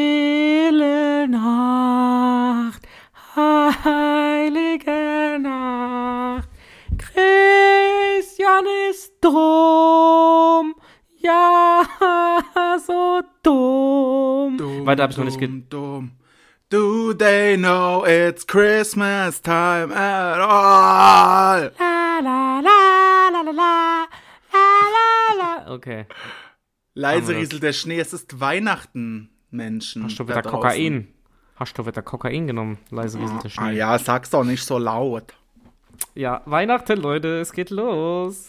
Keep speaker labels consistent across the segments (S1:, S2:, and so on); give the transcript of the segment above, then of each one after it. S1: Stille Nacht, heilige Nacht, Christian ist drum, ja, so dumm.
S2: Dumm,
S1: Weiter habe ich noch nicht ge
S2: dumm, dumm. Do they know it's Christmas time at all?
S1: La la la la la la, la la la.
S2: Hm,
S1: Okay, Haben wir
S2: Leise
S1: das.
S2: rieselt der Schnee, es ist Weihnachten, Menschen.
S1: hast du
S2: da
S1: wieder
S2: draußen.
S1: Kokain? Hast du wieder Kokain genommen? Leise rieselt der
S2: Ah
S1: Schnee.
S2: ja, sag's doch nicht so laut.
S1: Ja, Weihnachten, Leute, es geht los.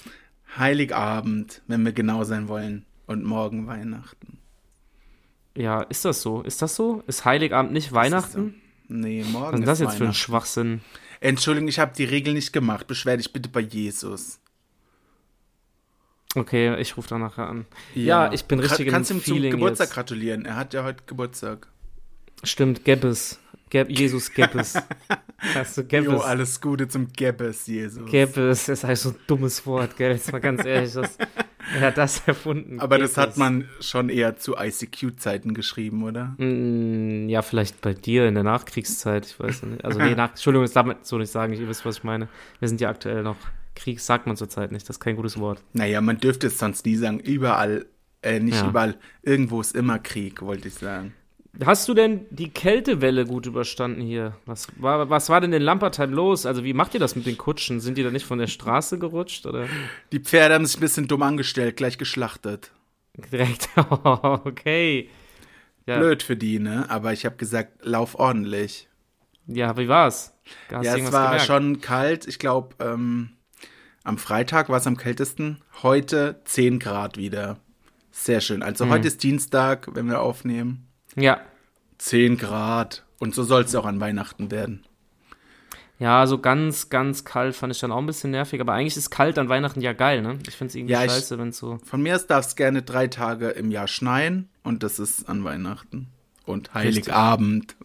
S2: Heiligabend, wenn wir genau sein wollen. Und morgen Weihnachten.
S1: Ja, ist das so? Ist das so? Ist Heiligabend nicht Weihnachten?
S2: Nee,
S1: Hm.
S2: morgen
S1: Was ist das
S2: ist
S1: jetzt für ein
S2: Weihnachten.
S1: Schwachsinn?
S2: Entschuldigung, ich habe die Regel nicht gemacht. Beschwer dich bitte bei Jesus.
S1: Okay, ich rufe da nachher an. Ja, ich bin richtig
S2: Ka- Kannst
S1: im
S2: ihm zum
S1: Feeling
S2: Geburtstag
S1: jetzt.
S2: gratulieren. Er hat ja heute Geburtstag.
S1: Stimmt, Gebbes. Geb, Jesus Gebbes. Hast du
S2: Jo,
S1: Gebbes?
S2: alles Gute zum Gebbes, Jesus.
S1: Gebbes ist halt so ein dummes Wort, gell? Jetzt mal ganz ehrlich, das, wer hat das erfunden?
S2: Aber das hat
S1: Gebbes.
S2: man schon eher zu ICQ-Zeiten geschrieben, oder?
S1: Mm, Ja, vielleicht bei dir in der Nachkriegszeit, ich weiß nicht. Also, nee, nach, Entschuldigung, das darf man so nicht sagen, ihr wisst, was ich meine. Wir sind ja aktuell noch, Krieg sagt man zurzeit nicht, das ist kein gutes Wort.
S2: Naja, man dürfte es sonst nie sagen. Überall, äh, nicht
S1: Ja.
S2: überall, irgendwo ist immer Krieg, wollte ich sagen.
S1: Hast du denn die Kältewelle gut überstanden hier? Was war, was war denn in Lampertheim los? Also, wie macht ihr das mit den Kutschen? Sind die da nicht von der Straße gerutscht? Oder
S2: Die Pferde haben sich ein bisschen dumm angestellt, gleich geschlachtet.
S1: direkt? Oh, okay. Ja,
S2: Blöd für die, ne? Aber ich habe gesagt, lauf ordentlich.
S1: ja, wie war's? Hast
S2: ja,
S1: du
S2: es
S1: irgendwas
S2: war
S1: gemerkt?
S2: schon kalt. Ich glaube, ähm, am Freitag war es am kältesten. Heute 10 Grad wieder. Sehr schön. Also
S1: Hm.
S2: heute ist Dienstag, wenn wir aufnehmen.
S1: Ja.
S2: 10 Grad. Und so soll es auch an Weihnachten werden.
S1: Ja, so ganz, ganz kalt fand ich dann auch ein bisschen nervig, aber eigentlich ist kalt an Weihnachten ja geil, ne? Ich find's irgendwie
S2: Ja, ich-
S1: scheiße, wenn's so.
S2: Von mir aus darf es gerne drei Tage im Jahr schneien. Und das ist an Weihnachten. Und Heiligabend.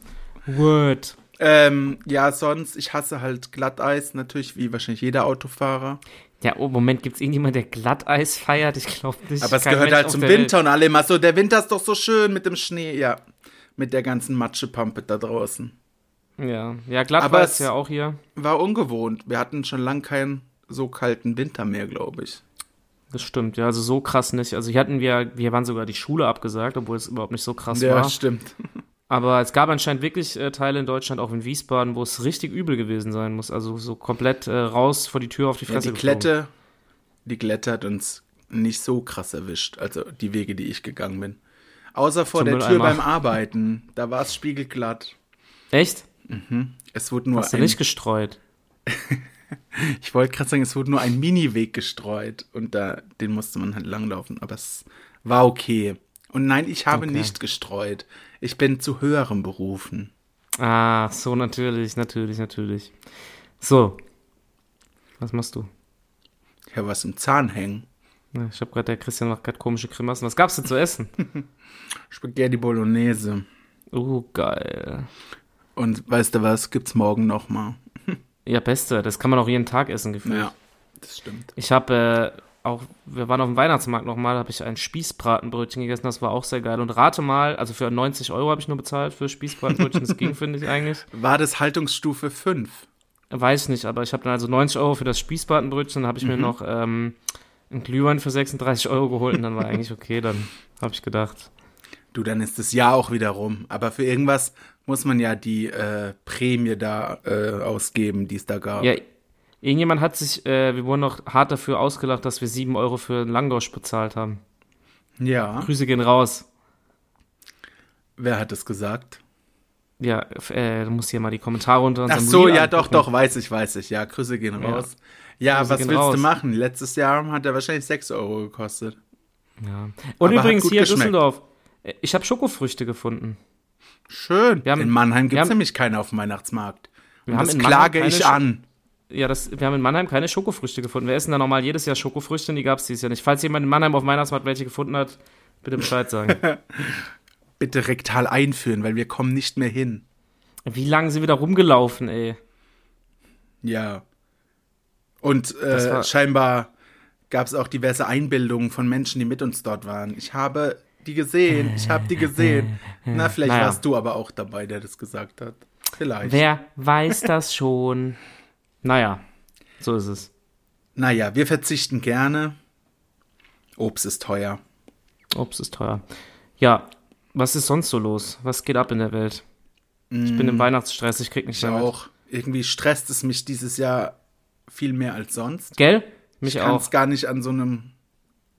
S1: Word.
S2: Ähm, ja, sonst, ich hasse halt Glatteis, natürlich, wie wahrscheinlich jeder Autofahrer.
S1: Ja, oh, Moment, gibt's irgendjemand, der Glatteis feiert? Ich glaube nicht.
S2: Aber es
S1: Kein
S2: gehört
S1: Mensch
S2: halt
S1: auf
S2: zum
S1: der Welt.
S2: Winter und alle immer so, der Winter ist doch so schön mit dem Schnee, ja. Mit der ganzen Matschepampe da draußen.
S1: Ja, ja
S2: Aber
S1: Glatteis
S2: es-
S1: ja auch hier.
S2: War ungewohnt. Wir hatten schon lang keinen so kalten Winter mehr, glaube ich.
S1: Das stimmt, ja, also so krass nicht. Also hier hatten wir, wir waren sogar die Schule abgesagt, obwohl es überhaupt nicht so krass war.
S2: stimmt.
S1: Aber es gab anscheinend wirklich äh, Teile in Deutschland, auch in Wiesbaden, wo es richtig übel gewesen sein muss. Also so komplett äh, raus vor die Tür auf die
S2: Ja,
S1: Fresse.
S2: die
S1: geflogen.
S2: Klette, die Klette hat uns nicht so krass erwischt. Also die Wege, die ich gegangen bin. Außer vor
S1: Zum
S2: der Tür
S1: Mülleimer.
S2: beim Arbeiten. Da war es spiegelglatt.
S1: Echt?
S2: Es wurde nur
S1: Hast du
S2: ein,
S1: nicht gestreut?
S2: ich wollte gerade sagen, es wurde nur ein Miniweg gestreut und da den musste man halt langlaufen, aber es war okay. Und nein, ich habe
S1: Okay.
S2: nicht gestreut. Ich bin zu höheren Berufen.
S1: Ah, so natürlich, natürlich, natürlich. So. Was machst du?
S2: Ich habe was im Zahn hängen.
S1: Ja, Ich habe gerade, der Christian macht gerade komische Grimassen. Was gab's denn zu essen?
S2: Spaghetti Bolognese.
S1: Oh, geil.
S2: Und weißt du was, gibt's morgen noch mal.
S1: Ja, beste, das kann man auch jeden Tag essen gefühlt.
S2: Ja, das stimmt.
S1: Ich habe äh, auch, wir waren auf dem Weihnachtsmarkt nochmal, habe ich ein Spießbratenbrötchen gegessen, das war auch sehr geil. Und rate mal, also für 90 Euro habe ich nur bezahlt für Spießbratenbrötchen, das ging, finde ich eigentlich.
S2: War das Haltungsstufe 5?
S1: Weiß nicht, aber ich habe dann also 90 Euro für das Spießbratenbrötchen, dann habe ich
S2: Mhm.
S1: mir noch ähm, einen Glühwein für 36 Euro geholt und dann war eigentlich okay, dann habe ich gedacht.
S2: Du, dann ist das Jahr auch wieder rum. Aber für irgendwas muss man ja die äh, Prämie da äh, ausgeben, die es da gab.
S1: Ja, irgendjemand hat sich, äh, wir wurden noch hart dafür ausgelacht, dass wir 7 Euro für einen Langosch bezahlt haben.
S2: ja.
S1: Grüße gehen raus.
S2: Wer hat das gesagt?
S1: Ja, f- äh, du musst hier mal die Kommentare unter
S2: Ach
S1: unserem
S2: so,
S1: Reel
S2: ja, doch,
S1: angucken.
S2: doch, weiß ich, weiß ich. Ja, Grüße gehen raus. Ja,
S1: Grüße
S2: was
S1: gehen
S2: willst
S1: raus.
S2: du machen? Letztes Jahr hat er wahrscheinlich 6 Euro gekostet.
S1: Ja. Und
S2: Aber hat
S1: übrigens
S2: gut
S1: hier in
S2: geschmeckt.
S1: Düsseldorf. äh, Ich habe Schokofrüchte gefunden.
S2: Schön.
S1: Wir haben-
S2: in Mannheim
S1: wir
S2: gibt es
S1: haben-
S2: nämlich keine auf dem Weihnachtsmarkt. Und
S1: Wir haben
S2: das
S1: in Mannheim
S2: klage
S1: keine
S2: ich
S1: Sch-
S2: an.
S1: Ja, das, wir haben in Mannheim keine Schokofrüchte gefunden. Wir essen da normal jedes Jahr Schokofrüchte und die gab es dieses Jahr nicht. Falls jemand in Mannheim auf dem Weihnachtsmarkt welche gefunden hat, bitte Bescheid sagen.
S2: Bitte rektal einführen, weil wir kommen nicht mehr hin.
S1: Wie lange sind wir da rumgelaufen, ey?
S2: Ja. Und
S1: Das
S2: äh,
S1: war-
S2: scheinbar gab es auch diverse Einbildungen von Menschen, die mit uns dort waren. Ich habe die gesehen, ich habe die gesehen. Na, vielleicht
S1: naja.
S2: warst du aber auch dabei, der das gesagt hat. Vielleicht.
S1: Wer weiß das schon? Naja, so ist es.
S2: Naja, wir verzichten gerne. Obst ist teuer.
S1: Obst ist teuer. Ja, was ist sonst so los? Was geht ab in der Welt? Ich bin im Weihnachtsstress, ich krieg nicht
S2: Mm. Ich
S1: mehr mit.
S2: auch. Irgendwie stresst es mich dieses Jahr viel mehr als sonst.
S1: Gell? Mich
S2: ich kann
S1: auch.
S2: es gar nicht an so einem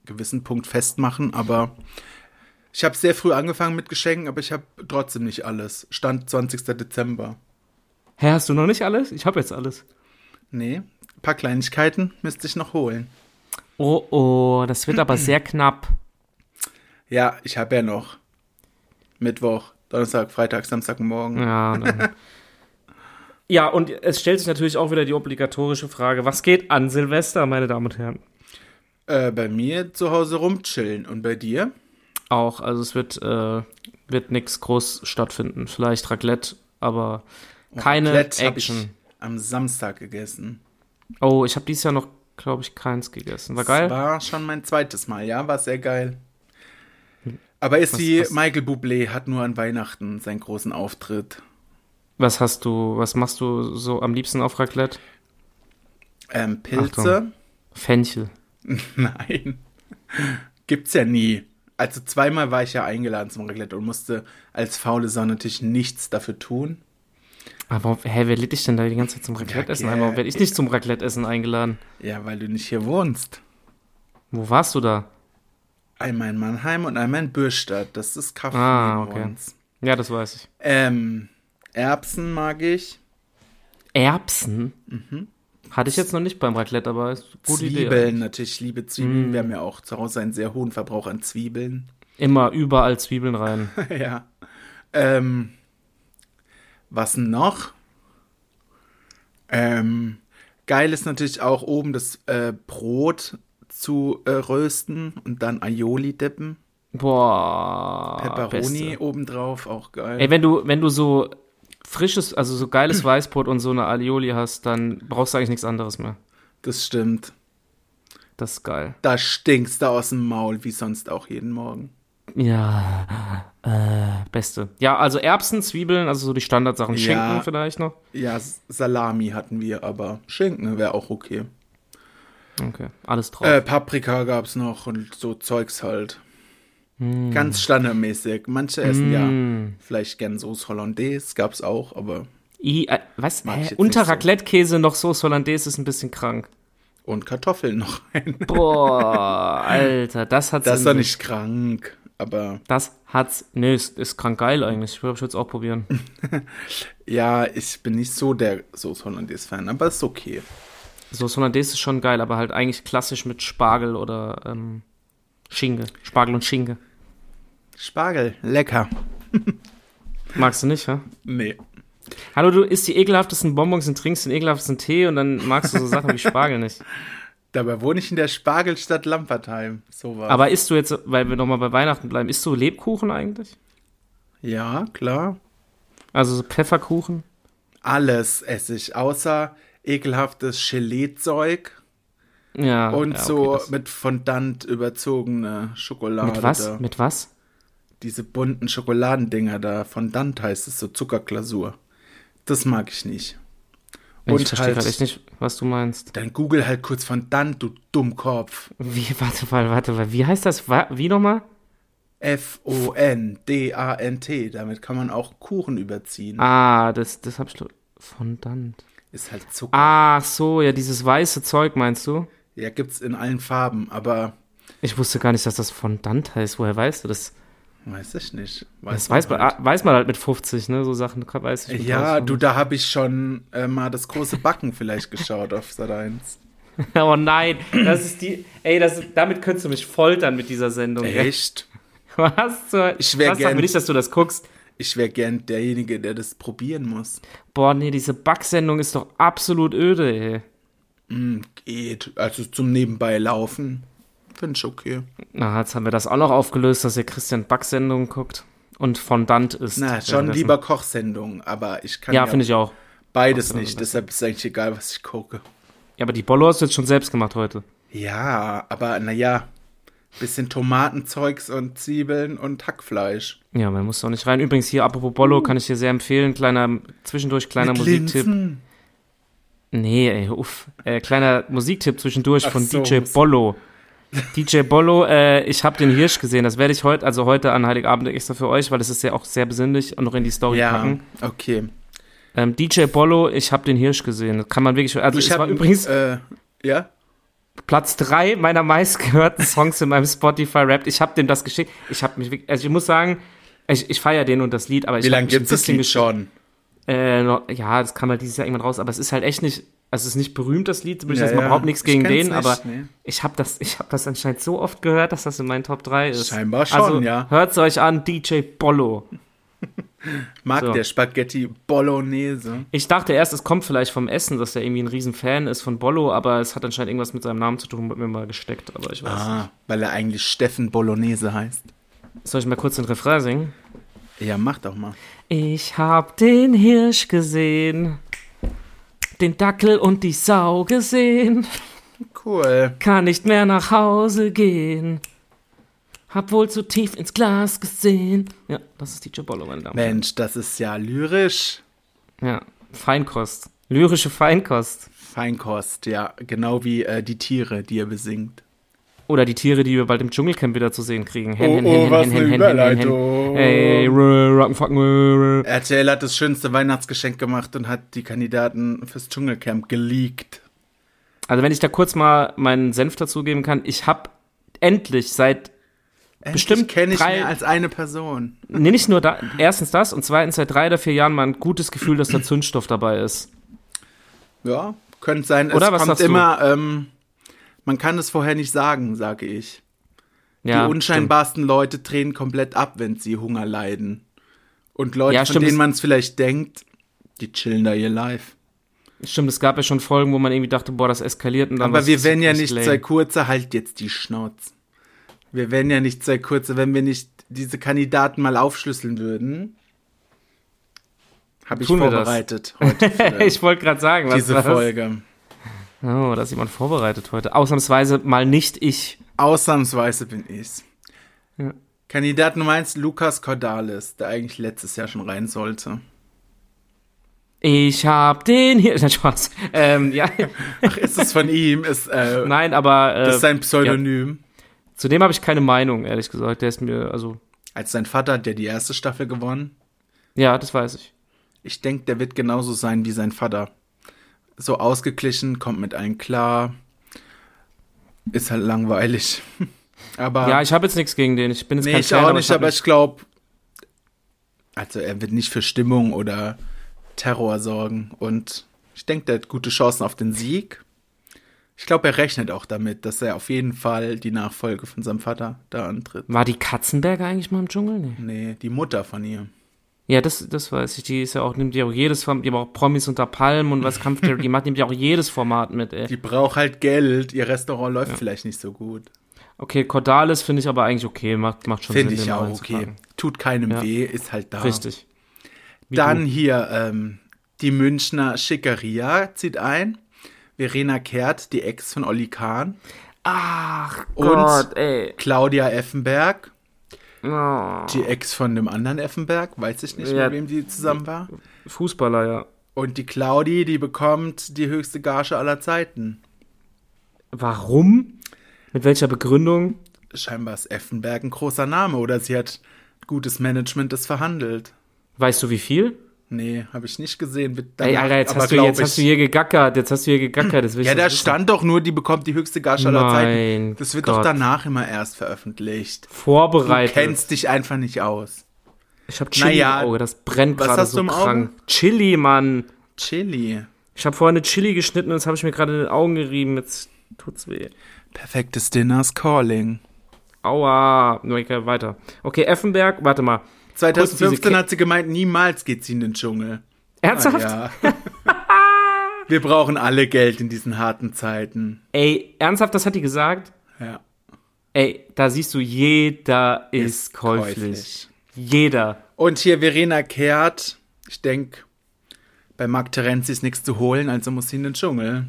S2: gewissen Punkt festmachen, aber ich habe sehr früh angefangen mit Geschenken, aber ich habe trotzdem nicht alles. Stand 20. Dezember.
S1: Hä, hast du noch nicht alles? Ich habe jetzt alles.
S2: Nee, ein paar Kleinigkeiten müsste ich noch holen.
S1: Oh oh, das wird aber sehr knapp.
S2: Ja, ich habe ja noch Mittwoch, Donnerstag, Freitag, Samstagmorgen.
S1: Ja, dann. ja, und es stellt sich natürlich auch wieder die obligatorische Frage, was geht an Silvester, meine Damen und Herren?
S2: Äh, bei mir zu Hause rumchillen und bei dir?
S1: Auch, also es wird, äh, wird nichts groß stattfinden. Vielleicht Raclette, aber keine
S2: Oh, Raclette hab
S1: Action.
S2: Ich am Samstag gegessen.
S1: Oh, ich habe dieses Jahr noch, glaube ich, keins gegessen. War geil?
S2: Das war schon mein zweites Mal, ja, war sehr geil. Aber ist
S1: Was-
S2: wie
S1: was-
S2: Michael Bublé hat nur an Weihnachten seinen großen Auftritt.
S1: Was hast du, was machst du so am liebsten auf Raclette?
S2: Ähm, Pilze?
S1: Fenchel.
S2: Nein. Gibt's ja nie. Also zweimal war ich ja eingeladen zum Raclette und musste als faule Sau natürlich nichts dafür tun.
S1: Aber hä, wer lädt dich denn da die ganze Zeit zum Raclette-Essen ein?
S2: gell.
S1: Warum werde ich nicht zum Raclette-Essen eingeladen?
S2: Ja, weil du nicht hier wohnst.
S1: Wo warst du da?
S2: Einmal in Mannheim und einmal in Bürstadt. Das ist Kaffee.
S1: Ah,
S2: neben
S1: okay.
S2: uns.
S1: Ja, das weiß ich.
S2: Ähm, Erbsen mag ich.
S1: Erbsen? Hatte ich jetzt noch nicht beim Raclette, aber ist eine gute Idee.
S2: Mhm.
S1: Mm.
S2: Zwiebeln, natürlich liebe Zwiebeln. Wir haben ja auch zu Hause einen sehr hohen Verbrauch an Zwiebeln.
S1: Immer überall Zwiebeln rein.
S2: ja. Ähm, was noch? Ähm, geil ist natürlich auch oben das äh, Brot zu äh, rösten und dann Aioli dippen.
S1: Boah.
S2: Pepperoni
S1: Ah, Beste.
S2: obendrauf, auch geil.
S1: Ey, wenn du, wenn du so frisches, also so geiles Weißbrot und so eine Alioli hast, dann brauchst du eigentlich nichts anderes mehr.
S2: das stimmt.
S1: Das ist geil.
S2: Da stinkst du aus dem Maul, wie sonst auch jeden Morgen.
S1: Ja, äh, beste. Ja, also Erbsen, Zwiebeln, also so die Standardsachen.
S2: Ja.
S1: Schinken vielleicht noch.
S2: Ja, S- Salami hatten wir, aber Schinken wäre auch okay.
S1: Okay, alles drauf.
S2: Äh, Paprika gab's noch und so Zeugs halt. Ganz standardmäßig. Manche essen ja vielleicht gern Soße Hollandaise, gab's auch, aber
S1: I, äh, was?
S2: mag ich
S1: Hä?
S2: jetzt
S1: Unter
S2: nicht so.
S1: Raclette-Käse noch Soße Hollandaise ist ein bisschen krank.
S2: und Kartoffeln noch rein.
S1: Boah, Alter, das hat's
S2: Das
S1: in
S2: ist doch
S1: sich.
S2: nicht krank, aber
S1: Das hat's. Nö, ist, ist krank geil eigentlich. Ich würde jetzt auch probieren.
S2: ja, ich bin nicht so der Soße Hollandaise Fan, aber ist okay.
S1: Soße Hollandaise ist schon geil, aber halt eigentlich klassisch mit Spargel oder ähm, Schinke. Spargel und Schinke.
S2: Spargel, lecker.
S1: Magst du nicht, hä?
S2: Nee.
S1: Hallo, du isst die ekelhaftesten Bonbons und trinkst den ekelhaftesten Tee und dann magst du so Sachen wie Spargel nicht.
S2: Dabei wohne ich in der Spargelstadt Lampertheim. So war's.
S1: Aber isst du jetzt, weil wir nochmal bei Weihnachten bleiben, isst du Lebkuchen eigentlich?
S2: ja, klar.
S1: Also so Pfefferkuchen?
S2: Alles esse ich, außer ekelhaftes Gelee-Zeug.
S1: Ja.
S2: Und
S1: ja,
S2: so
S1: das-
S2: mit Fondant überzogene Schokolade.
S1: mit was?
S2: Da.
S1: Mit was?
S2: Diese bunten Schokoladendinger da. Fondant heißt es, so Zuckerglasur. Das mag ich nicht.
S1: Ich
S2: Und
S1: verstehe gerade echt
S2: halt,
S1: nicht, was du meinst.
S2: dann google halt kurz Fondant, du Dummkopf.
S1: Wie, warte mal, warte mal. Wie heißt das? Wa- Wie nochmal?
S2: F-O-N-D-A-N-T. Damit kann man auch Kuchen überziehen.
S1: Ah, das, das hab ich. lo- Fondant.
S2: Ist halt Zucker.
S1: Ach so, ja, dieses weiße Zeug meinst du?
S2: Ja, gibt's in allen Farben, aber
S1: Ich wusste gar nicht, dass das Fondant heißt. Woher weißt du das?
S2: weiß ich nicht.
S1: Das
S2: man
S1: weiß man,
S2: halt.
S1: ah, weiß man halt mit 50, ne? So Sachen kann- weiß ich. mit
S2: Ja,
S1: 1000.
S2: du, da habe ich schon äh, mal das große Backen vielleicht geschaut auf Sat 1.
S1: Oh nein, das ist die. Ey, das, damit könntest du mich foltern mit dieser Sendung.
S2: Echt?
S1: Was zur.
S2: Ich wär
S1: was sag
S2: gern-
S1: mir nicht, dass du das guckst.
S2: Ich wäre gern derjenige, der das probieren muss.
S1: Boah, nee, diese Backsendung ist doch absolut öde, ey.
S2: Geht. Also zum Nebenbei laufen. Finde ich okay.
S1: Na, jetzt haben wir das auch noch aufgelöst, dass ihr Christian Backsendung guckt und Fondant ist.
S2: Na, schon
S1: Währenddessen.
S2: lieber Kochsendung, aber ich kann ja,
S1: Ja, finde ich auch.
S2: beides nicht. Deshalb ist eigentlich egal, was ich gucke.
S1: Ja, aber die Bollo hast du jetzt schon selbst gemacht heute.
S2: Ja, aber naja, Bisschen Tomatenzeugs und Zwiebeln und Hackfleisch.
S1: Ja, man muss doch nicht rein. Übrigens hier, apropos Bollo, kann ich dir sehr empfehlen. Kleiner, zwischendurch kleiner
S2: Hm. Mit
S1: Musiktipp.
S2: Linsen.
S1: Nee, ey, uff. Äh, kleiner Musiktipp zwischendurch
S2: Ach
S1: von
S2: so,
S1: DJ
S2: muss-
S1: Bollo. DJ Bollo, äh, ich habe den Hirsch gesehen. Das werde ich heute, also heute an Heiligabend extra für euch, weil das ist ja auch sehr besinnlich und noch in die Story
S2: Ja,
S1: packen.
S2: okay.
S1: Ähm, DJ Bollo, ich habe den Hirsch gesehen. Das kann man wirklich. Also ich es
S2: hab-
S1: war übrigens
S2: Äh, ja?
S1: Platz 3 meiner meistgehörten Songs in meinem Spotify-Rap. Ich habe dem das geschickt. Ich habe mich, wirklich- also ich muss sagen, ich, ich feiere den und das Lied, aber ich
S2: Wie
S1: hab
S2: lange
S1: mich ein
S2: gibt es das
S1: bisschen
S2: Lied
S1: gesch-
S2: schon?
S1: Äh, noch- ja, das kam halt dieses Jahr irgendwann raus, aber es ist halt echt nicht, also es ist nicht berühmt, das Lied, würde ich
S2: Ja,
S1: jetzt mal
S2: ja.
S1: überhaupt nichts
S2: Ich
S1: gegen
S2: kenn's
S1: den,
S2: nicht,
S1: aber
S2: nee.
S1: ich habe das, ich hab das anscheinend so oft gehört, dass das in meinen Top 3 ist.
S2: Scheinbar schon,
S1: also,
S2: ja.
S1: Hört's euch an, DJ Bollo.
S2: Mag
S1: So.
S2: der Spaghetti Bolognese?
S1: Ich dachte erst, es kommt vielleicht vom Essen, dass er irgendwie ein riesen Fan ist von Bollo, aber es hat anscheinend irgendwas mit seinem Namen zu tun, wird mir mal gesteckt, aber ich weiß.
S2: Ah, weil er eigentlich Steffen Bolognese heißt.
S1: Soll ich mal kurz den Refrain singen?
S2: Ja, mach doch mal.
S1: Ich hab den Hirsch gesehen, den Dackel und die Sau gesehen,
S2: Cool.
S1: kann nicht mehr nach Hause gehen. Hab wohl zu tief ins Glas gesehen. Ja, das ist DJ Bollo, meine Damen. und Herren.
S2: Mensch, das ist ja lyrisch.
S1: Ja, Feinkost. Lyrische Feinkost.
S2: Feinkost, ja. Genau wie äh, die Tiere, die er besingt.
S1: Oder die Tiere, die wir bald im Dschungelcamp wieder zu sehen kriegen. Hen,
S2: Oh,
S1: hen,
S2: oh,
S1: hen,
S2: was
S1: hen,
S2: eine
S1: hen, hen, hen, hen.
S2: Überleitung.
S1: Ey, rö, rock'n'fucken, rö, rö.
S2: RTL hat das schönste Weihnachtsgeschenk gemacht und hat die Kandidaten fürs Dschungelcamp geleakt.
S1: Also wenn ich da kurz mal meinen Senf dazugeben kann, ich hab endlich seit Bestimmt
S2: kenne ich
S1: drei-
S2: mehr als eine Person.
S1: Nee, nicht nur da, erstens das und zweitens seit drei oder vier Jahren mal ein gutes Gefühl, dass da Zündstoff dabei ist.
S2: Ja, könnte sein.
S1: Oder?
S2: es
S1: Was
S2: kommt
S1: sagst du?
S2: immer, ähm, man kann es vorher nicht sagen, sage ich.
S1: Ja,
S2: die unscheinbarsten Leute drehen komplett ab, wenn sie Hunger leiden. Und Leute,
S1: Ja,
S2: von
S1: stimmt,
S2: denen
S1: es-
S2: man es vielleicht denkt, die chillen da ihr live.
S1: Stimmt. stimmt, es gab ja schon Folgen, wo man irgendwie dachte, boah, das eskaliert und dann
S2: Aber
S1: war's
S2: wir wären ja
S1: richtig
S2: nicht
S1: lame.
S2: zwei Kurze, halt jetzt die Schnauze. Wir wären ja nicht zwei Kurze, wenn wir nicht diese Kandidaten mal aufschlüsseln würden. Habe ich
S1: Tun wir das.
S2: vorbereitet heute für
S1: Ich wollte gerade sagen, was
S2: diese
S1: war's?
S2: Folge.
S1: Oh, da ist jemand vorbereitet heute. Ausnahmsweise mal nicht ich.
S2: Ausnahmsweise bin ich's.
S1: Ja.
S2: Kandidat Nummer eins, Lukas Cordalis, der eigentlich letztes Jahr schon rein sollte.
S1: Ich hab den hier. Nein, Spaß. Ähm, ja,
S2: Ach, ist es von ihm? Ist, äh,
S1: nein, aber
S2: das ist
S1: äh,
S2: sein Pseudonym.
S1: zu dem habe ich keine Meinung, ehrlich gesagt. Der ist mir, also,
S2: Als sein Vater hat der die erste Staffel gewonnen.
S1: ja, das weiß ich.
S2: Ich denke, der wird genauso sein wie sein Vater. So ausgeglichen, kommt mit allen klar. Ist halt langweilig. Aber
S1: Ja, ich habe jetzt nichts gegen den. Ich bin jetzt
S2: nee,
S1: kein
S2: ich
S1: Fan,
S2: auch
S1: aber
S2: nicht,
S1: hab
S2: aber ich glaube, also er wird nicht für Stimmung oder Terror sorgen. Und ich denke, der hat gute Chancen auf den Sieg. Ich glaube, er rechnet auch damit, dass er auf jeden Fall die Nachfolge von seinem Vater da antritt.
S1: War die Katzenberger eigentlich mal im Dschungel? Nee.
S2: Nee, die Mutter von ihm.
S1: Ja, das, das weiß ich. Die ist ja auch, nimmt ja auch jedes Format, die haben auch Promis unter Palmen und was Kampftheorie die macht, nimmt ja auch jedes Format mit, ey.
S2: Die braucht halt Geld. Ihr Restaurant läuft vielleicht nicht so gut.
S1: Okay, Cordalis finde ich aber eigentlich okay, macht, macht schon
S2: Finde
S1: Sinn.
S2: ich
S1: den mal
S2: auch okay.
S1: reinzupacken.
S2: Tut keinem
S1: Ja.
S2: weh, ist halt da.
S1: Richtig. Wie
S2: Dann
S1: du.
S2: hier ähm, die Münchner Schickeria zieht ein. Verena Kehrt, die Ex von Olli Kahn. Ah.
S1: Ach
S2: Und-
S1: Gott, ey.
S2: Claudia Effenberg,
S1: Oh.
S2: die Ex von dem anderen Effenberg. Weiß ich nicht
S1: Ja.
S2: mit wem die zusammen war.
S1: Fußballer, ja.
S2: Und die Claudi, die bekommt die höchste Gage aller Zeiten.
S1: Warum? Mit welcher Begründung?
S2: Scheinbar ist Effenberg ein großer Name oder sie hat gutes Management, das verhandelt.
S1: Weißt du, wie viel?
S2: Nee, habe ich nicht gesehen. Wird
S1: Ey,
S2: danach-
S1: Alter, jetzt,
S2: aber
S1: hast du,
S2: glaub
S1: jetzt hast du hier gegackert, jetzt hast du hier gegackert. Jetzt will ich
S2: Ja, da
S1: das wissen.
S2: stand doch nur, die bekommt die höchste Gage aller
S1: Mein
S2: Zeiten. Das wird doch
S1: Gott.
S2: danach immer erst veröffentlicht. Du
S1: Vorbereitet.
S2: kennst dich einfach nicht aus.
S1: ich hab Chili
S2: Naja.
S1: im Auge, das brennt
S2: Was
S1: gerade
S2: hast
S1: so
S2: du im Auge?
S1: krank. Chili, Mann.
S2: Chili.
S1: Ich habe vorhin eine Chili geschnitten und das habe ich mir gerade in den Augen gerieben. Jetzt tut's weh.
S2: Perfektes Dinners Calling.
S1: Aua. Okay, weiter. Okay, Effenberg, warte mal. Kurz diese
S2: 2015
S1: Ki-
S2: hat sie gemeint, niemals geht sie in den Dschungel.
S1: Ernsthaft?
S2: Ah, Ja. Wir brauchen alle Geld in diesen harten Zeiten.
S1: Ey, ernsthaft, das hat die gesagt?
S2: Ja.
S1: Ey, da siehst du, jeder ist,
S2: Ist
S1: käuflich.
S2: käuflich.
S1: Jeder.
S2: Und hier Verena Kehrt. Ich denke, bei Marc Terenzi ist nichts zu holen, also muss sie in den Dschungel.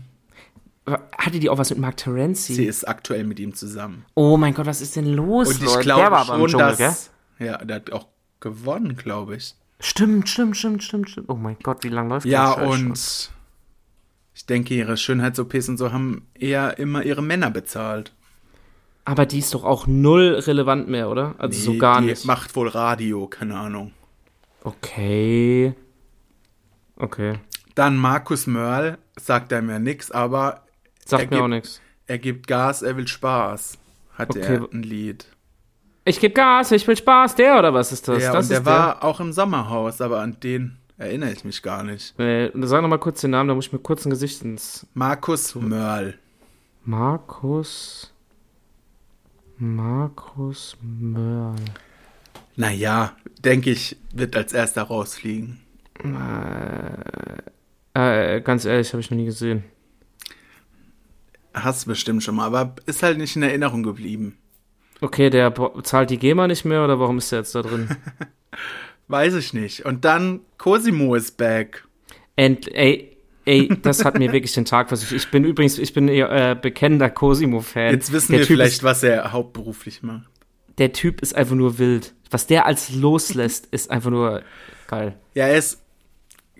S1: Hatte die auch was mit Mark Terenzi?
S2: Sie ist aktuell mit ihm zusammen.
S1: Oh mein Gott, was ist denn los?
S2: Und ich
S1: Leute?
S2: glaube
S1: der war aber im
S2: schon,
S1: Dschungel, gell?
S2: dass. Ja, der hat auch gewonnen, glaube ich.
S1: Stimmt, stimmt, stimmt, stimmt, stimmt. Oh mein Gott, wie lange läuft
S2: Ja,
S1: der Scheiß schon?
S2: und ich denke, ihre Schönheits-OPs und so haben eher immer ihre Männer bezahlt.
S1: Aber die ist doch auch null relevant mehr, oder? Also so
S2: Die-
S1: gar
S2: die
S1: nicht.
S2: macht wohl Radio, keine Ahnung.
S1: Okay. Okay.
S2: Dann Markus Mörl, sagt einem ja nix, aber
S1: Sagt
S2: Er
S1: mir auch
S2: gibt-
S1: nichts.
S2: er gibt Gas, er will Spaß, hat
S1: Okay.
S2: er ein Lied.
S1: Ich geb Gas, ich will Spaß, der oder was ist das?
S2: Ja,
S1: das
S2: und der
S1: ist
S2: war auch im Sommerhaus, aber an den erinnere ich mich gar nicht.
S1: der. Äh, sag nochmal kurz den Namen, da muss ich mir kurz ein Gesicht ins.
S2: Markus Mörl.
S1: Markus. Markus Mörl.
S2: Naja, denke ich, wird als erster rausfliegen.
S1: Äh, ganz ehrlich, habe ich noch nie gesehen.
S2: Hast du bestimmt schon mal, aber ist halt nicht in Erinnerung geblieben.
S1: Okay, der bo- zahlt die GEMA nicht mehr oder warum ist der jetzt da drin?
S2: Weiß ich nicht. Und dann Cosimo ist back.
S1: End, ey, ey, das hat mir wirklich den Tag versucht. Ich bin übrigens, ich bin äh, bekennender Cosimo-Fan.
S2: Jetzt wissen
S1: der
S2: wir
S1: typ
S2: vielleicht, was er hauptberuflich macht.
S1: Ist, der Typ ist einfach nur wild. Was der als loslässt, ist einfach nur geil.
S2: Ja, er ist,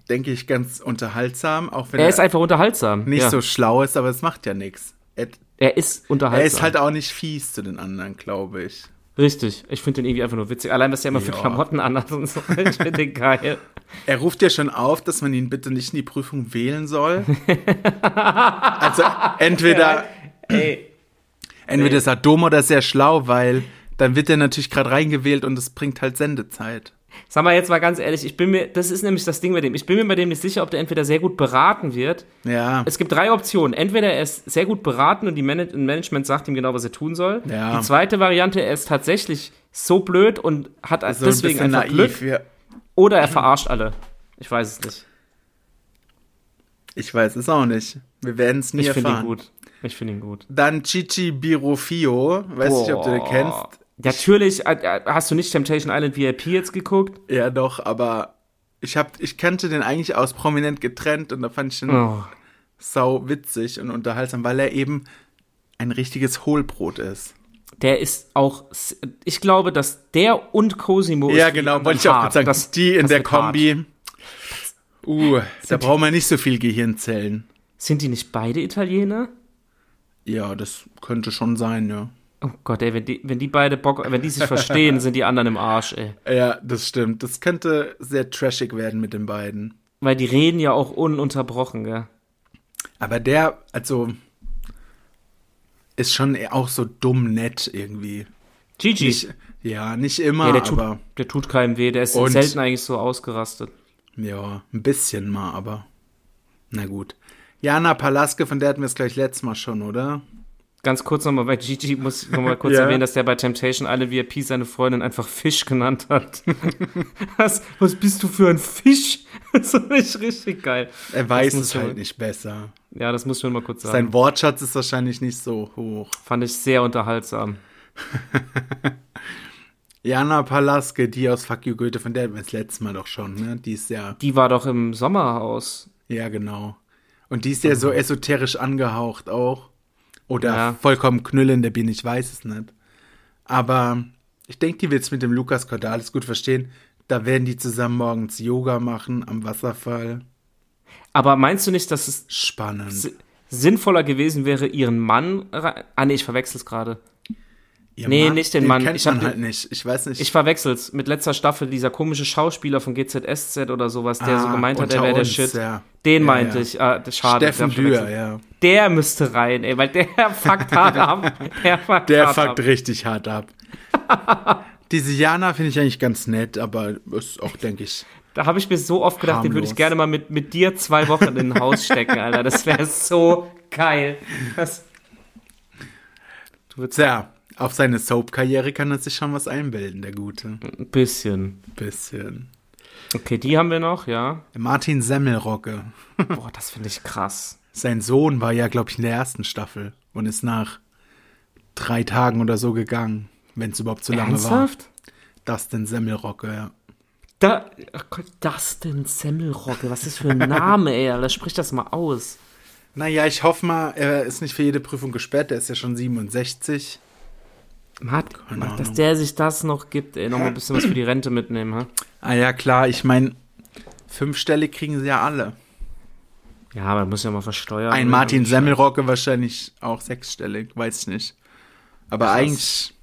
S2: denke ich, ganz unterhaltsam, auch wenn
S1: Er ist einfach unterhaltsam.
S2: nicht
S1: ja.
S2: so schlau ist, aber es macht ja nichts. Er,
S1: Er ist unterhaltsam.
S2: er ist halt auch nicht fies zu den anderen, glaube ich.
S1: Richtig. Ich finde den irgendwie einfach nur witzig. Allein, was der immer für
S2: Ja.
S1: Klamotten anhat und so. Ich finde den geil.
S2: Er ruft ja schon auf, dass man ihn bitte nicht in die Prüfung wählen soll. also entweder,
S1: Ey.
S2: entweder ist er dumm oder sehr schlau, weil dann wird er natürlich gerade reingewählt und es bringt halt Sendezeit.
S1: Sag mal jetzt mal ganz ehrlich, ich bin mir, das ist nämlich das Ding bei dem. Ich bin mir bei dem nicht sicher, ob der entweder sehr gut beraten wird.
S2: Ja,
S1: Es gibt drei Optionen. Entweder er ist sehr gut beraten und die Man und Management sagt ihm genau, was er tun soll.
S2: Ja.
S1: Die zweite Variante, er ist tatsächlich so blöd und hat
S2: so
S1: deswegen
S2: ein bisschen
S1: einfach
S2: naiv.
S1: Glück.
S2: Ja.
S1: Oder er verarscht alle. Ich weiß es nicht.
S2: Ich weiß es auch nicht. Wir werden es nie
S1: Ich finde ihn
S2: erfahren.
S1: gut. Ich finde ihn gut.
S2: Dann Chichi Birofio, weiß nicht, ob du den
S1: Boah.
S2: kennst.
S1: Natürlich, äh, äh, hast du nicht Temptation Island VIP jetzt geguckt?
S2: Ja, doch, aber ich hab, ich kannte den eigentlich aus prominent getrennt und da fand ich den
S1: Oh.
S2: sau witzig und unterhaltsam, weil er eben ein richtiges Hohlbrot ist.
S1: Der ist auch, s- ich glaube, dass der und Cosimo
S2: ja,
S1: Oh, ist wie
S2: genau,
S1: an
S2: wollte ich
S1: einem
S2: auch
S1: Part.
S2: kurz sagen.
S1: Das,
S2: die in
S1: das
S2: der
S1: wird hart.
S2: Kombi. Uh, da braucht man nicht so viel Gehirnzellen.
S1: Sind die nicht beide Italiener?
S2: Ja, das könnte schon sein, ja.
S1: Oh Gott, ey, wenn die, wenn die beide Bock, wenn die sich verstehen, sind die anderen im Arsch, ey.
S2: Ja, das stimmt. Das könnte sehr trashig werden mit den beiden.
S1: Weil die reden ja auch ununterbrochen, gell?
S2: Aber der, also, ist schon eh auch so dumm nett irgendwie.
S1: Gigi.
S2: Ich, ja, nicht immer,
S1: ja, der tut,
S2: aber
S1: der tut keinem weh, der ist
S2: Und-
S1: selten eigentlich so ausgerastet.
S2: ja, ein bisschen mal, aber na gut. Jana Palaske, von der hatten wir es gleich letztes Mal schon, oder?
S1: Ganz kurz nochmal, weil Gigi muss nochmal kurz
S2: Ja.
S1: erwähnen, dass der bei Temptation alle VIP seine Freundin einfach Fisch genannt hat. was, was bist du für ein Fisch? Das ist nicht richtig geil.
S2: Er weiß
S1: muss
S2: es
S1: schon
S2: halt
S1: mal-
S2: nicht besser.
S1: Ja, das muss ich mal kurz sagen.
S2: Sein Wortschatz ist wahrscheinlich nicht so hoch.
S1: Fand ich sehr unterhaltsam.
S2: Jana Palaske, die aus Fuck You Goethe, von der hatten wir es letztes Mal doch schon, ne? Die ist ja,
S1: Die war doch im Sommerhaus.
S2: ja genau. Und die ist ja so esoterisch angehaucht auch. Oder
S1: Ja.
S2: vollkommen knüllende bin, ich weiß es nicht. Aber ich denke, die wird es mit dem Lukas Cordalis gut verstehen. Da werden die zusammen morgens Yoga machen am Wasserfall.
S1: Aber meinst du nicht, dass es
S2: Spannend.
S1: si- sinnvoller gewesen wäre, ihren Mann rein. Ah, nee, ich verwechsel's gerade.
S2: Ihr
S1: nee, nicht den Mann.
S2: kennt
S1: Ich hab
S2: man
S1: den-
S2: halt nicht. Ich weiß nicht.
S1: Ich verwechsel's mit letzter Staffel, dieser komische Schauspieler von GZSZ oder sowas, der so
S2: Ah,
S1: gemeint hat,
S2: unter
S1: er wäre der
S2: uns,
S1: Shit.
S2: ja.
S1: Den
S2: Ja,
S1: meinte
S2: ja.
S1: ich. Ah, das- schade.
S2: Steffen
S1: wir haben
S2: Dürr,
S1: verwechselt.
S2: ja.
S1: Der müsste rein, ey, weil der fuckt hart ab. Der fuckt
S2: Der
S1: hart
S2: fuckt
S1: ab.
S2: richtig hart ab. Diese Jana finde ich eigentlich ganz nett, aber ist auch, denke ich.
S1: Da habe ich mir so oft gedacht, den würde ich
S2: Harmlos.
S1: gerne mal mit, mit dir zwei Wochen in ein Haus stecken, Alter. Das wäre so geil. Das,
S2: Tja, auf seine Soap-Karriere kann er sich schon was einbilden, der Gute.
S1: ein bisschen.
S2: Bisschen.
S1: Okay, die haben wir noch, ja.
S2: Martin Semmelrocke.
S1: Boah, das finde ich krass.
S2: Sein Sohn war ja, glaube ich, in der ersten Staffel und ist nach drei Tagen oder so gegangen, wenn es überhaupt zu lange
S1: Ernsthaft?
S2: war. Dustin Semmelrocke, ja.
S1: Da, oh ach Gott, Dustin Semmelrocke, was ist das für ein Name, ey? Alter, sprich das mal aus.
S2: Naja, ich hoffe mal, er ist nicht für jede Prüfung gesperrt. Der ist ja schon 67.
S1: Mag,
S2: Keine
S1: mag dass
S2: Ahnung.
S1: der sich das noch gibt, ey. Nochmal ein bisschen was für die Rente mitnehmen, ha?
S2: Ah ja, klar. Ich meine, fünfstellig kriegen sie ja alle.
S1: Ja, aber muss ja mal versteuern. ne?
S2: Ein Martin Semmelrocke wahrscheinlich auch sechsstellig. Weiß ich nicht. Aber
S1: Krass.
S2: eigentlich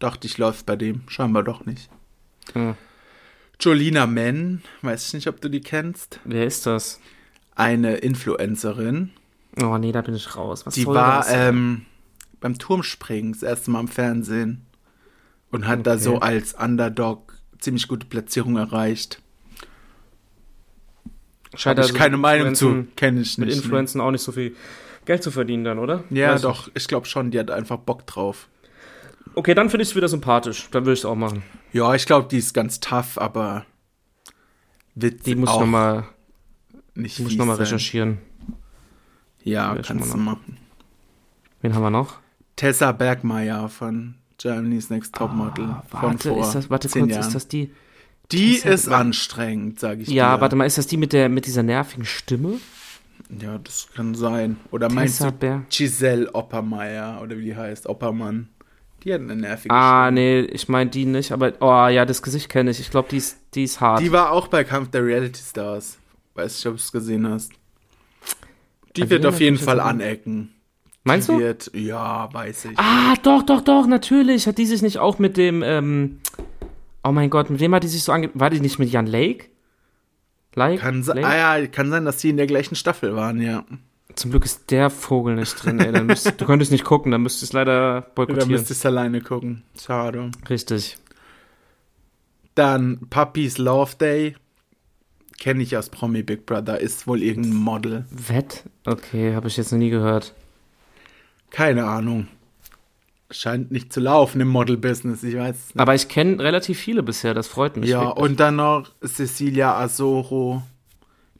S2: dachte ich, läuft bei dem. Scheinbar doch nicht.
S1: Ja.
S2: Jolina Mann, weiß ich nicht, ob du die kennst.
S1: Wer ist das?
S2: Eine Influencerin.
S1: Oh nee, da bin ich raus. Was
S2: Die
S1: soll
S2: war
S1: das?
S2: ähm, beim Turmspringen das erste Mal im Fernsehen und hat da
S1: Okay.
S2: so als Underdog ziemlich gute Platzierung erreicht.
S1: Scheint
S2: Habe ich
S1: also
S2: keine
S1: mit
S2: Meinung zu,
S1: Influenzen-
S2: kenne ich
S1: Mit
S2: nicht. ne.
S1: Influenzen auch nicht so viel Geld zu verdienen dann, oder?
S2: Ja,
S1: Weiß
S2: doch, ich glaube schon, die hat einfach Bock drauf.
S1: ich. Okay, dann finde ich es wieder sympathisch. Dann würde ich es auch machen.
S2: Ja, ich glaube, die ist ganz tough, aber wird
S1: Die muss ich
S2: auch
S1: nochmal
S2: nicht
S1: Die muss
S2: fies
S1: ich nochmal
S2: sein.
S1: recherchieren.
S2: Ja,
S1: Ja, schon
S2: kannst
S1: mal
S2: du machen.
S1: Wen haben wir noch?
S2: Tessa Bergmeier von Germany's Next Topmodel von
S1: Ah, Warte,
S2: vor
S1: ist das, warte
S2: zehn
S1: kurz,
S2: Jahren.
S1: ist das die?
S2: die
S1: Tessa-
S2: ist anstrengend, sage ich
S1: Ja,
S2: dir.
S1: warte mal, ist das die mit der mit dieser nervigen Stimme?
S2: Ja, das kann sein. Oder meinst
S1: Tessa
S2: du
S1: Bär.
S2: Giselle Oppermeier oder wie die heißt, Oppermann? Die hat eine nervige
S1: Ah,
S2: Stimme.
S1: nee, ich meine die nicht, aber oh ja, das Gesicht kenne ich. Ich glaube, die ist, die ist hart.
S2: Die war auch bei Kampf der Reality Stars. Weiß nicht, ob du es gesehen hast. Die
S1: Also
S2: wird
S1: die
S2: auf jeden
S1: hat mich
S2: Fall
S1: jetzt-
S2: anecken.
S1: Meinst
S2: die
S1: du?
S2: Wird, ja, weiß ich.
S1: Ah, doch, doch, doch, natürlich. Hat die sich nicht auch mit dem, ähm, oh mein Gott, mit wem hat die sich so ange... War die nicht mit Jan Lake? Lake?
S2: Kann, se-
S1: Lake?
S2: ah, ja, kann sein, dass die in der gleichen Staffel waren, ja.
S1: Zum Glück ist der Vogel nicht drin, ey. Dann müsst, du könntest nicht gucken, dann müsstest du es leider
S2: Oder
S1: boykottieren.
S2: müsstest du alleine gucken. Schade.
S1: Richtig.
S2: Dann Puppies Love Day. Kenne ich aus Promi Big Brother. Ist wohl irgendein Model.
S1: Wett? Okay, habe ich jetzt noch nie gehört.
S2: Keine Ahnung. Scheint nicht zu laufen im Model-Business, ich weiß es nicht.
S1: Aber ich kenne relativ viele bisher, das freut mich.
S2: ja,
S1: wirklich.
S2: und dann noch Cecilia Azoro.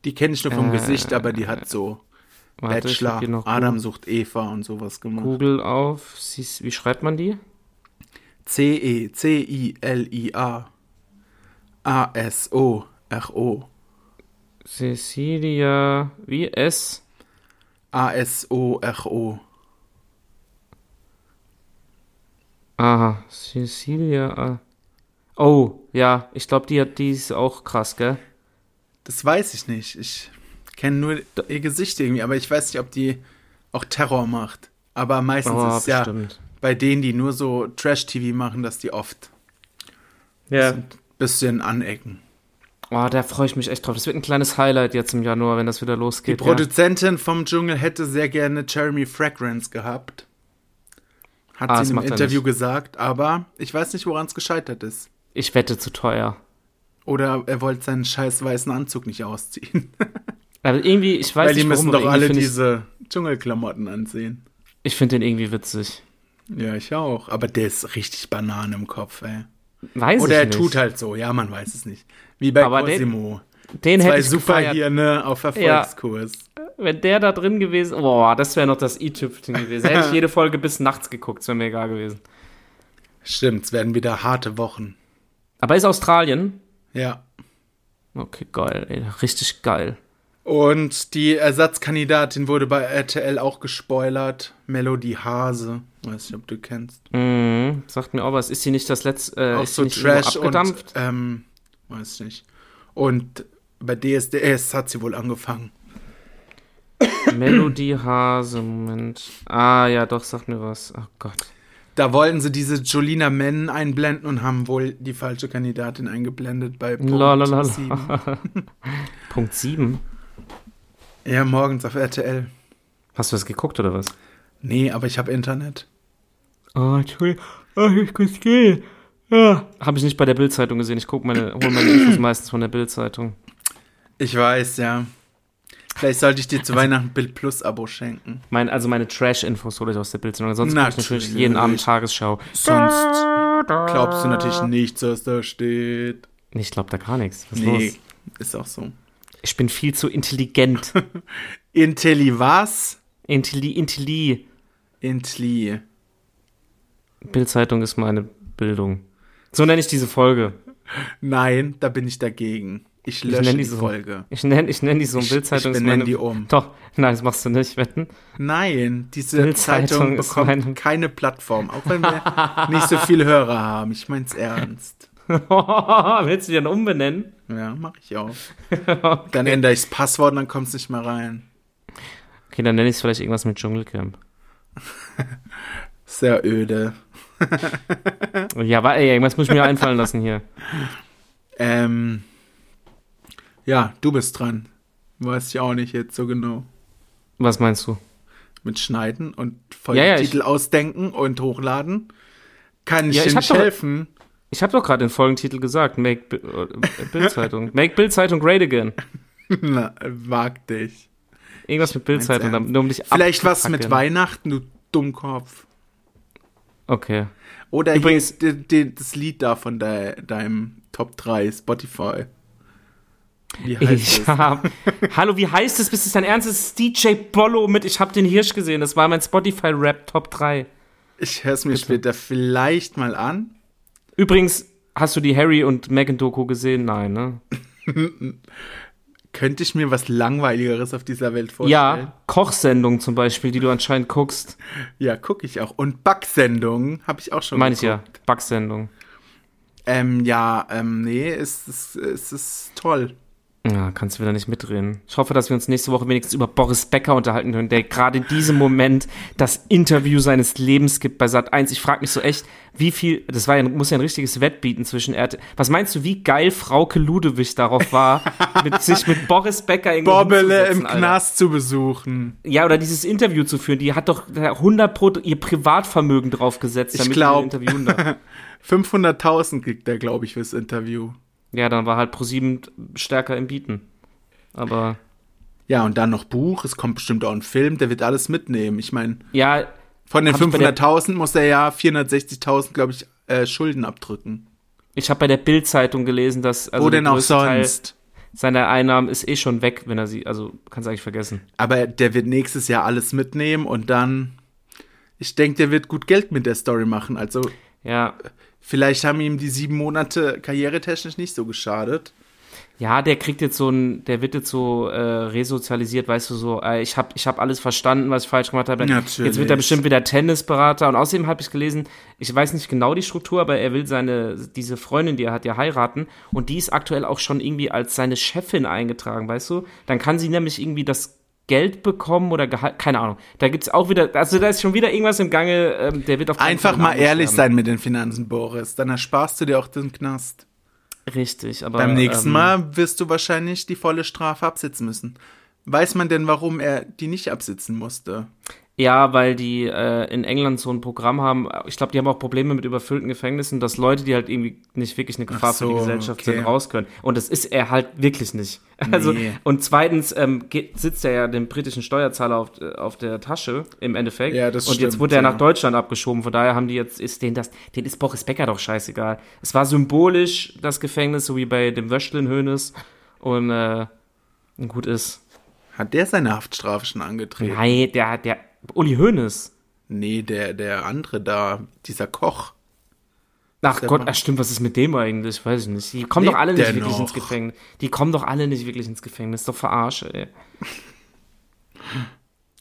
S2: Die kenne ich nur vom
S1: Äh,
S2: Gesicht, aber die hat so
S1: Warte, ich
S2: Bachelor,
S1: hab hier noch
S2: Adam sucht Eva und sowas gemacht.
S1: Google auf. Sie ist- Wie schreibt man die?
S2: C-E, C-I-L-I-A. A-S-O-R-O.
S1: Cecilia. Wie? S?
S2: A-S-O-R-O.
S1: Aha, Cecilia. ah. Oh, ja, ich glaube, die, hat- die ist auch krass, gell?
S2: Das weiß ich nicht. Ich kenne nur ihr Gesicht irgendwie, aber ich weiß nicht, ob die auch Terror macht. Aber meistens
S1: Oh,
S2: ist es ja
S1: bestimmt.
S2: bei denen, die nur so Trash-TV machen, dass die oft
S1: Ja.
S2: ein bisschen anecken.
S1: Oh, da freue ich mich echt drauf. Das wird ein kleines Highlight jetzt im Januar, wenn das wieder
S2: Die
S1: losgeht. ja.
S2: Produzentin vom Dschungel hätte sehr gerne Jeremy Fragrance gehabt. Hat
S1: Ah, das
S2: sie in
S1: macht
S2: einem
S1: er
S2: Interview gesagt, aber ich weiß nicht, woran es gescheitert ist.
S1: Ich wette zu teuer.
S2: Oder er wollte seinen scheiß weißen Anzug nicht ausziehen.
S1: Aber irgendwie, ich weiß
S2: Weil die
S1: nicht, warum,
S2: müssen
S1: aber irgendwie
S2: doch alle
S1: find
S2: diese Dschungelklamotten anziehen.
S1: Ich, ich finde den irgendwie witzig.
S2: Ja, ich auch. Aber der ist richtig Banane im Kopf, ey.
S1: Weiß
S2: Oder
S1: ich
S2: er
S1: nicht.
S2: tut halt so, ja, man weiß es nicht. Wie bei
S1: Aber den-
S2: Cosimo.
S1: den hätte
S2: halt Zwei
S1: ich gefeiert.
S2: Superhirne auf Erfolgskurs.
S1: Wenn der da drin gewesen, boah, das wäre noch das i-Tüpfchen gewesen. Hätte ich jede Folge bis nachts geguckt, es wäre mir egal gewesen.
S2: Stimmt, es werden wieder harte Wochen.
S1: Aber ist Australien?
S2: Ja.
S1: Okay, geil, ey, richtig geil.
S2: Und die Ersatzkandidatin wurde bei RTL auch gespoilert. Melody Hase. Weiß nicht, ob du kennst.
S1: Mhm, sagt mir auch was. Ist sie nicht das letzte, äh,
S2: auch
S1: ist
S2: so
S1: sie nicht irgendwo
S2: Trash und.
S1: abgedampft?
S2: Ähm, weiß nicht. Und bei DSDS hat sie wohl angefangen.
S1: Melodie Hase, Moment. Ah, ja, doch, sagt mir was. Ach Gott.
S2: Da wollten sie diese Jolina Men einblenden und haben wohl die falsche Kandidatin eingeblendet bei Punkt sieben.
S1: Lalalala. Punkt 7.
S2: Ja, morgens auf RTL.
S1: Hast du das geguckt oder was?
S2: Nee, aber ich habe Internet.
S1: Oh,
S2: Ah,
S1: Entschuldigung. Oh, ich muss gehen. Ja. Habe ich nicht bei der Bildzeitung gesehen. Ich gucke meine, hole meine Infos meistens von der Bildzeitung.
S2: Ich weiß, ja. Vielleicht sollte ich dir
S1: Also-
S2: zu Weihnachten Bild Plus Abo schenken.
S1: Mein, also meine Trash-Infos hole ich aus der Bildzeitung. Sonst gucke ich natürlich
S2: Natürlich.
S1: jeden Abend Tagesschau.
S2: Sonst glaubst du natürlich nichts, was da steht.
S1: Ich glaube da gar nichts. Was ist
S2: Nee,
S1: los?
S2: ist auch so.
S1: Ich bin viel zu intelligent.
S2: Intelli was?
S1: Intelli, Intelli.
S2: Intli.
S1: Bildzeitung ist meine Bildung. So nenne ich diese Folge.
S2: Nein, da bin ich dagegen.
S1: Ich
S2: Ich lösche
S1: nenn
S2: die
S1: die so.
S2: Folge.
S1: Ich nenne ich nenn die so ein
S2: Ich- ich
S1: Bildzeitung. ist
S2: benenne
S1: meine-
S2: die um.
S1: Doch, nein, das machst du nicht, wetten.
S2: Nein, diese
S1: Bildzeitung
S2: Zeitung
S1: ist
S2: bekommt
S1: meine-
S2: keine Plattform, auch wenn wir nicht so viele Hörer haben. Ich mein's ernst.
S1: Willst du dich dann umbenennen?
S2: Ja, mach ich auch. Dann ändere ich das Passwort und dann kommt's nicht mehr rein.
S1: Okay, dann nenne ich es vielleicht irgendwas mit Dschungelcamp.
S2: Sehr öde.
S1: Ja, wa- ey, irgendwas muss ich mir einfallen lassen hier.
S2: Ähm, ja, du bist dran. Weiß ich auch nicht jetzt so genau.
S1: Was meinst du?
S2: Mit Schneiden und
S1: Ja, ja,
S2: Folgentitel ausdenken und hochladen. Kann ich
S1: Ja,
S2: dir
S1: ich hab
S2: nicht
S1: doch-
S2: helfen?
S1: Ich habe doch gerade den Folgentitel gesagt. Make Bi- äh, Bildzeitung. Make Bildzeitung great again.
S2: Na, wag dich.
S1: Irgendwas mit Bildzeitung,
S2: ernst.
S1: damit- nur um dich
S2: Vielleicht was mit
S1: abzufacken.
S2: Weihnachten, du Dummkopf.
S1: Okay.
S2: Oder
S1: Übrigens-
S2: Übrigens, hier, die- die- das Lied da von de, deinem Top 3 Spotify. Wie heißt
S1: Ich
S2: es?
S1: hab. Hallo, wie heißt es? Bist du dein Ernst? Es ist DJ Bollo mit Ich hab den Hirsch gesehen. Das war mein Spotify-Rap Top 3.
S2: Ich höre es mir später vielleicht mal an.
S1: Übrigens, hast du die Harry und Meghan Doku gesehen? Nein, ne?
S2: Könnte ich mir was Langweiligeres auf dieser Welt vorstellen?
S1: Ja, Kochsendung zum Beispiel, die du anscheinend guckst.
S2: Ja, gucke ich auch. Und Backsendungen habe ich auch schon
S1: Meine ich
S2: geguckt.
S1: ja. Backsendung.
S2: Ähm, ja, ähm, nee, es ist, es ist toll.
S1: Ja, kannst du wieder nicht mitreden. Ich hoffe, dass wir uns nächste Woche wenigstens über Boris Becker unterhalten können, der gerade in diesem Moment das Interview seines Lebens gibt bei Sat 1. Ich frage mich so echt, wie viel, das war ja, muss ja ein richtiges Wett bieten zwischen RT. Was meinst du, wie geil Frauke Ludewig darauf war, mit sich mit Boris Becker irgendwie
S2: Bobbele im
S1: hinzusetzen, Alter.
S2: Knast zu besuchen.
S1: Ja, oder dieses Interview zu führen, die hat doch 100 Pro ihr Privatvermögen draufgesetzt,
S2: Ich
S1: damit
S2: glaub.
S1: die interviewen darf.
S2: 500.000 kriegt er, glaube ich, fürs Interview.
S1: Ja, dann war halt ProSieben stärker im Bieten. Aber
S2: Ja, und dann noch Buch. Es kommt bestimmt auch ein Film. Der wird alles mitnehmen. Ich meine,
S1: ja,
S2: von den
S1: Hab ich bei der-
S2: 500.000 muss er ja 460.000, glaube ich, äh, Schulden abdrücken.
S1: Ich habe bei der Bild-Zeitung gelesen, dass also
S2: Wo
S1: der
S2: denn auch
S1: größte Teil
S2: sonst?
S1: seiner Einnahmen ist eh schon weg, wenn er sie, also kannst eigentlich vergessen.
S2: Aber der wird nächstes Jahr alles mitnehmen und dann. Ich denke, der wird gut Geld mit der Story machen. Also,
S1: Ja,
S2: vielleicht haben ihm die sieben Monate karrieretechnisch nicht so geschadet.
S1: ja, der kriegt jetzt so ein, der wird jetzt so äh, resozialisiert, weißt du so. Äh, ich habe, ich habe alles verstanden, was ich falsch gemacht habe.
S2: Natürlich.
S1: Jetzt wird er bestimmt wieder Tennisberater und außerdem habe ich gelesen, ich weiß nicht genau die Struktur, aber er will seine diese Freundin, die er hat, ja heiraten und die ist aktuell auch schon irgendwie als seine Chefin eingetragen, weißt du? Dann kann sie nämlich irgendwie das Geld bekommen oder Gehalt, keine Ahnung. Da gibt's auch wieder, also da ist schon wieder irgendwas im Gange, ähm, der wird auf keinen
S2: Einfach
S1: Fall
S2: mal
S1: Armut
S2: ehrlich
S1: sterben.
S2: sein mit den Finanzen, Boris. Dann ersparst du dir auch den Knast.
S1: Richtig, aber.
S2: Beim nächsten
S1: ähm,
S2: Mal wirst du wahrscheinlich die volle Strafe absitzen müssen. Weiß man denn, warum er die nicht absitzen musste?
S1: Ja, weil die äh, in England so ein Programm haben. äh, Ich glaube, die haben auch Probleme mit überfüllten Gefängnissen, dass Leute, die halt irgendwie nicht wirklich eine Gefahr
S2: Ach
S1: für die
S2: so,
S1: Gesellschaft
S2: okay.
S1: sind, raus können. Und das ist er halt wirklich nicht. Also,
S2: Nee.
S1: und zweitens ähm, geht, sitzt er ja dem britischen Steuerzahler auf, äh, auf der Tasche im Endeffekt.
S2: Ja, das
S1: Und jetzt
S2: stimmt,
S1: wurde er
S2: ja.
S1: nach Deutschland abgeschoben. Von daher haben die jetzt, ist denen das, denen ist Boris Becker doch scheißegal. Es war symbolisch, das Gefängnis, so wie bei dem Wöschlin Hönes. Und äh, gut ist.
S2: Hat der seine Haftstrafe schon angetreten?
S1: Nein, der hat, der, Uli Hönes.
S2: Nee, der, der andere da, dieser Koch.
S1: Ach
S2: Der
S1: Gott,
S2: Mann.
S1: ach stimmt, was ist mit dem eigentlich? Weiß ich nicht. Die kommen
S2: Lebt
S1: doch alle nicht
S2: der
S1: wirklich ins
S2: noch?
S1: Gefängnis. Die kommen doch alle nicht wirklich ins Gefängnis. Doch verarsche, ey.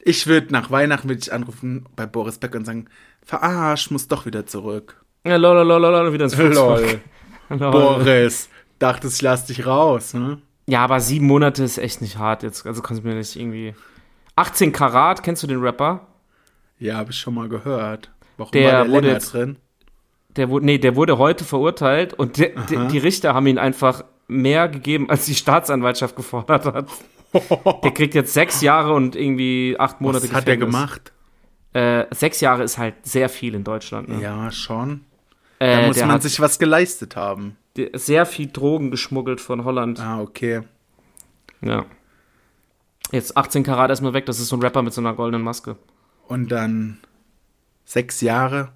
S2: Ich würde nach Weihnachten würd ich anrufen bei Boris Becker und sagen, verarsch, muss doch wieder zurück.
S1: Ja, lol, lol, lol, lol, wieder ins Flugzeug. Lol.
S2: Boris, dachtest, ich lass dich raus, ne?
S1: Ja, aber sieben Monate ist echt nicht hart jetzt. Also kannst du mir nicht irgendwie. 18 Karat, kennst du den Rapper?
S2: Ja, habe ich schon mal gehört. Warum
S1: Der
S2: war der
S1: wurde
S2: länger
S1: jetzt-
S2: drin?
S1: Der wurde, nee, der wurde heute verurteilt und der, die, die Richter haben ihm einfach mehr gegeben, als die Staatsanwaltschaft gefordert hat. Der kriegt jetzt sechs Jahre und irgendwie acht Monate
S2: Was hat der
S1: Gefängnis.
S2: gemacht?
S1: Äh, sechs Jahre ist halt sehr viel in Deutschland. Ne?
S2: Ja, schon.
S1: Äh,
S2: Da muss
S1: der
S2: man
S1: hat-
S2: sich was geleistet haben.
S1: die- sehr viel Drogen geschmuggelt von Holland.
S2: Ah, okay.
S1: Ja. Jetzt 18 Karat erstmal weg, das ist so ein Rapper mit so einer goldenen Maske.
S2: Und dann sechs Jahre.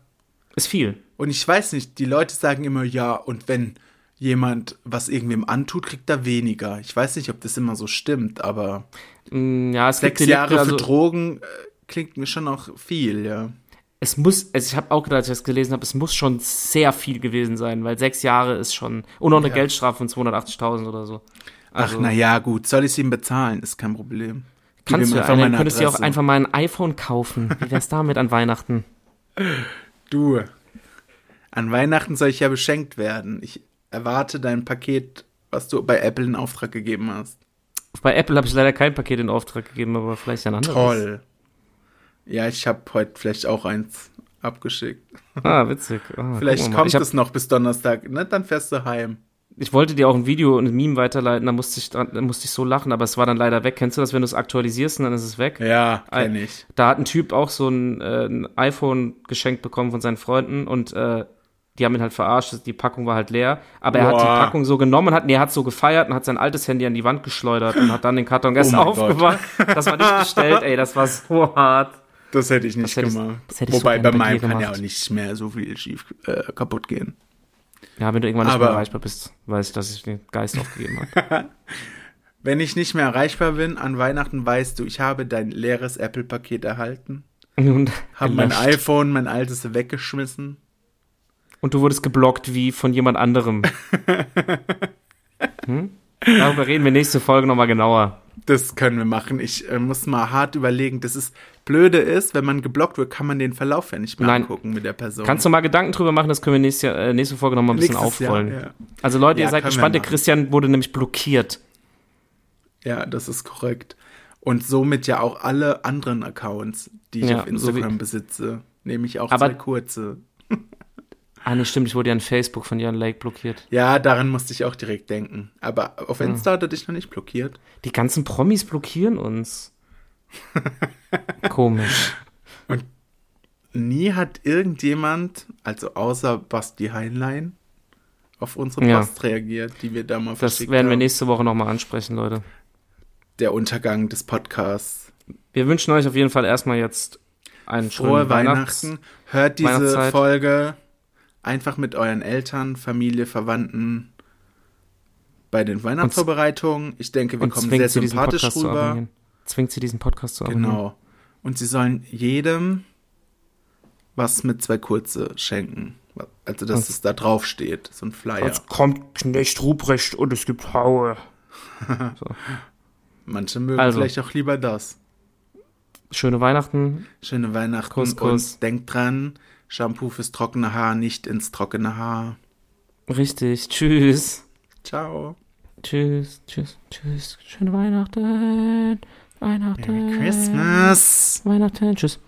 S1: Ist viel.
S2: Und ich weiß nicht, die Leute sagen immer, ja, und wenn jemand was irgendwem antut, kriegt er weniger. Ich weiß nicht, ob das immer so stimmt, aber
S1: Mm, Ja, es
S2: sechs
S1: gibt Delikte,
S2: Jahre für
S1: also,
S2: Drogen äh, klingt mir schon auch viel, ja.
S1: es muss, also ich habe auch gedacht, als ich das gelesen habe, es muss schon sehr viel gewesen sein, weil sechs Jahre ist schon, und noch eine
S2: Ja.
S1: Geldstrafe von 280.000 oder so. Also
S2: Ach, naja, gut. Soll ich ihm bezahlen? Ist kein Problem. Gib
S1: Kannst
S2: ihm
S1: du ja,
S2: einfach
S1: Alter,
S2: meine
S1: dann könntest du dir auch
S2: Adresse.
S1: einfach mal ein iPhone kaufen. Wie wär's damit an Weihnachten?
S2: Du. An Weihnachten soll ich ja beschenkt werden. Ich erwarte dein Paket, was du bei Apple in Auftrag gegeben hast.
S1: Bei Apple habe ich leider kein Paket in Auftrag gegeben, aber vielleicht ein anderes.
S2: Toll. Ja, ich habe heute vielleicht auch eins abgeschickt.
S1: Ah, witzig. Ah,
S2: Vielleicht
S1: gucken wir mal.
S2: kommt
S1: ich hab,
S2: es noch bis Donnerstag. Ne, dann fährst du heim.
S1: Ich wollte dir auch ein Video und ein Meme weiterleiten, da musste ich, dran, da musste ich so lachen, aber es war dann leider weg. Kennst du das, wenn du es aktualisierst und dann ist es weg?
S2: Ja,
S1: Ei.
S2: kenn ich.
S1: Da hat ein Typ auch so ein, äh, ein iPhone geschenkt bekommen von seinen Freunden und äh, die haben ihn halt verarscht, die Packung war halt leer. Aber er hat
S2: Boah.
S1: die Packung so genommen, hat, nee, er hat so gefeiert und hat sein altes Handy an die Wand geschleudert und hat dann den Karton erst
S2: Oh mein Gott.
S1: aufgemacht. Das war nicht bestellt, ey, das war so hart.
S2: Das hätte ich nicht
S1: hätte ich-
S2: gemacht.
S1: das hätte ich so
S2: Wobei
S1: gerne
S2: bei
S1: bei
S2: meinem
S1: dir
S2: kann ja
S1: gemacht.
S2: auch nicht mehr so viel schief äh, kaputt gehen.
S1: Ja, wenn du irgendwann nicht mehr
S2: Aber-
S1: erreichbar bist, weiß ich, dass ich den Geist aufgegeben habe.
S2: Wenn ich nicht mehr erreichbar bin, an Weihnachten weißt du, ich habe dein leeres Apple-Paket erhalten,
S1: Und,
S2: habe mein
S1: gelöscht.
S2: iPhone, mein altes weggeschmissen.
S1: und du wurdest geblockt wie von jemand anderem. Hm? Darüber reden wir nächste Folge nochmal genauer.
S2: Das können wir machen. Ich äh, muss mal hart überlegen. Das ist blöde ist, wenn man geblockt wird, kann man den Verlauf ja nicht mehr
S1: Nein.
S2: angucken mit der Person.
S1: Kannst du mal Gedanken drüber machen, das können wir nächste, äh, nächste Folge nochmal ein bisschen
S2: Nächstes Jahr,
S1: aufrollen. Also Leute,
S2: Ja,
S1: ihr seid
S2: können wir
S1: gespannt, der
S2: machen.
S1: Christian wurde nämlich blockiert.
S2: Ja. ja, das ist korrekt. Und somit ja auch alle anderen Accounts, die ich
S1: Ja,
S2: auf
S1: so wie-
S2: Instagram besitze, nehme ich auch
S1: Aber-
S2: zwei kurze.
S1: Ah, nee, stimmt, ich wurde ja an Facebook von Jan Lake blockiert.
S2: Ja, daran musste ich auch direkt denken. Aber auf Insta hat er dich noch nicht blockiert.
S1: Die ganzen Promis blockieren uns. Komisch.
S2: Nie hat irgendjemand, also außer Basti Heinlein, auf unsere
S1: Ja.
S2: Post reagiert, die wir da mal
S1: Das
S2: verschickt
S1: werden wir
S2: haben.
S1: nächste Woche nochmal ansprechen, Leute.
S2: Der Untergang des Podcasts.
S1: Wir wünschen euch auf jeden Fall erstmal jetzt einen schönen
S2: Frohe
S1: Weihnachts
S2: Weihnachten. Hört diese
S1: Weihnachtszeit.
S2: Folge einfach mit euren Eltern, Familie, Verwandten bei den Weihnachtsvorbereitungen. Ich denke, wir
S1: und
S2: kommen
S1: zwingt
S2: sehr
S1: sie diesen
S2: sympathisch
S1: Podcast zu
S2: rüber.
S1: abonnieren. Zwingt sie diesen Podcast zu abonnieren.
S2: Genau. Und sie sollen jedem was mit zwei Kurze schenken. Also, dass
S1: Was?
S2: es da drauf steht. So ein Flyer.
S1: Jetzt kommt Knecht Ruprecht und es gibt Haue.
S2: Manche mögen
S1: Also.
S2: vielleicht auch lieber das.
S1: Schöne Weihnachten.
S2: Schöne Weihnachten
S1: Kuss, Kuss.
S2: und denkt dran, Shampoo fürs trockene Haar, nicht ins trockene Haar.
S1: Richtig. Tschüss.
S2: Ciao.
S1: Tschüss, tschüss, tschüss. Schöne Weihnachten. Weihnachten.
S2: Merry Christmas.
S1: Weihnachten. Tschüss.